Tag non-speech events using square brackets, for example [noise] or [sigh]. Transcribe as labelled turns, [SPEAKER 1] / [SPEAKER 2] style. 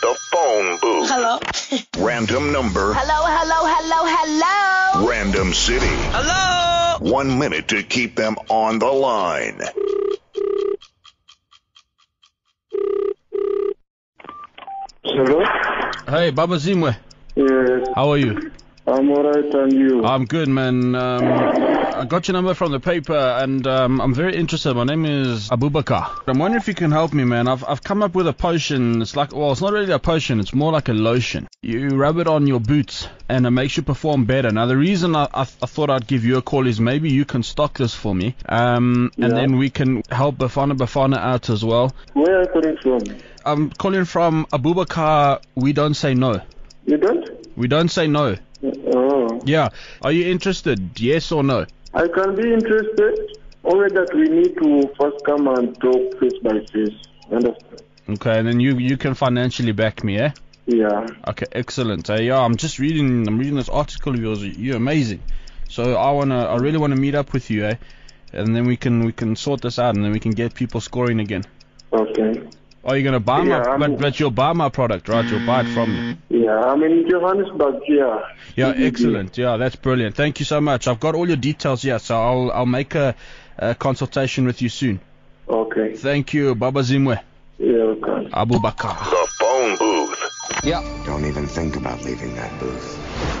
[SPEAKER 1] phone booth.
[SPEAKER 2] Hello. [laughs]
[SPEAKER 1] Random number.
[SPEAKER 2] Hello, hello, hello, hello.
[SPEAKER 1] Random city.
[SPEAKER 2] Hello.
[SPEAKER 1] One minute to keep them on the line.
[SPEAKER 3] Hello?
[SPEAKER 4] Hey, Baba Zimwe.
[SPEAKER 3] Yes,
[SPEAKER 4] How are you?
[SPEAKER 3] I'm alright and you?
[SPEAKER 4] I'm good, man. Um, I got your number from the paper, and um, I'm very interested. My name is Abubakar. I'm wondering if you can help me, man. I've I've come up with a potion. It's like, well, it's not really a potion. It's more like a lotion. You rub it on your boots, and it makes you perform better. Now, the reason I I, I thought I'd give you a call is maybe you can stock this for me, um, and
[SPEAKER 3] Yeah.
[SPEAKER 4] then we can help Bafana Bafana out as well.
[SPEAKER 3] Where are you calling from?
[SPEAKER 4] I'm calling from Abubakar. We don't say no.
[SPEAKER 3] You don't?
[SPEAKER 4] We don't say no.
[SPEAKER 3] Oh.
[SPEAKER 4] Yeah. Are you interested? Yes or no?
[SPEAKER 3] I can be interested, only that we need to first come and talk face by face. Understand?
[SPEAKER 4] Okay, and then you you can financially back me, eh?
[SPEAKER 3] Yeah.
[SPEAKER 4] Okay, excellent. Uh, yeah, I'm just reading I'm reading this article of yours. You're amazing. So I wanna I really wanna meet up with you, eh? And then we can we can sort this out, and then we can get people scoring again.
[SPEAKER 3] Okay.
[SPEAKER 4] Are you gonna buy
[SPEAKER 3] Yeah,
[SPEAKER 4] my
[SPEAKER 3] I'm- Mm-hmm.
[SPEAKER 4] but but you'll buy my product, right? You'll buy it from me.
[SPEAKER 3] Yeah, I'm in Johannesburg here.
[SPEAKER 4] Yeah,
[SPEAKER 3] CBD.
[SPEAKER 4] excellent. Yeah, that's brilliant. Thank you so much. I've got all your details here, so I'll I'll make a, a consultation with you soon.
[SPEAKER 3] Okay.
[SPEAKER 4] Thank you, Baba Zimwe,
[SPEAKER 3] Yeah, okay.
[SPEAKER 4] Abu Bakar.
[SPEAKER 1] The phone booth.
[SPEAKER 5] Don't even think about leaving that booth.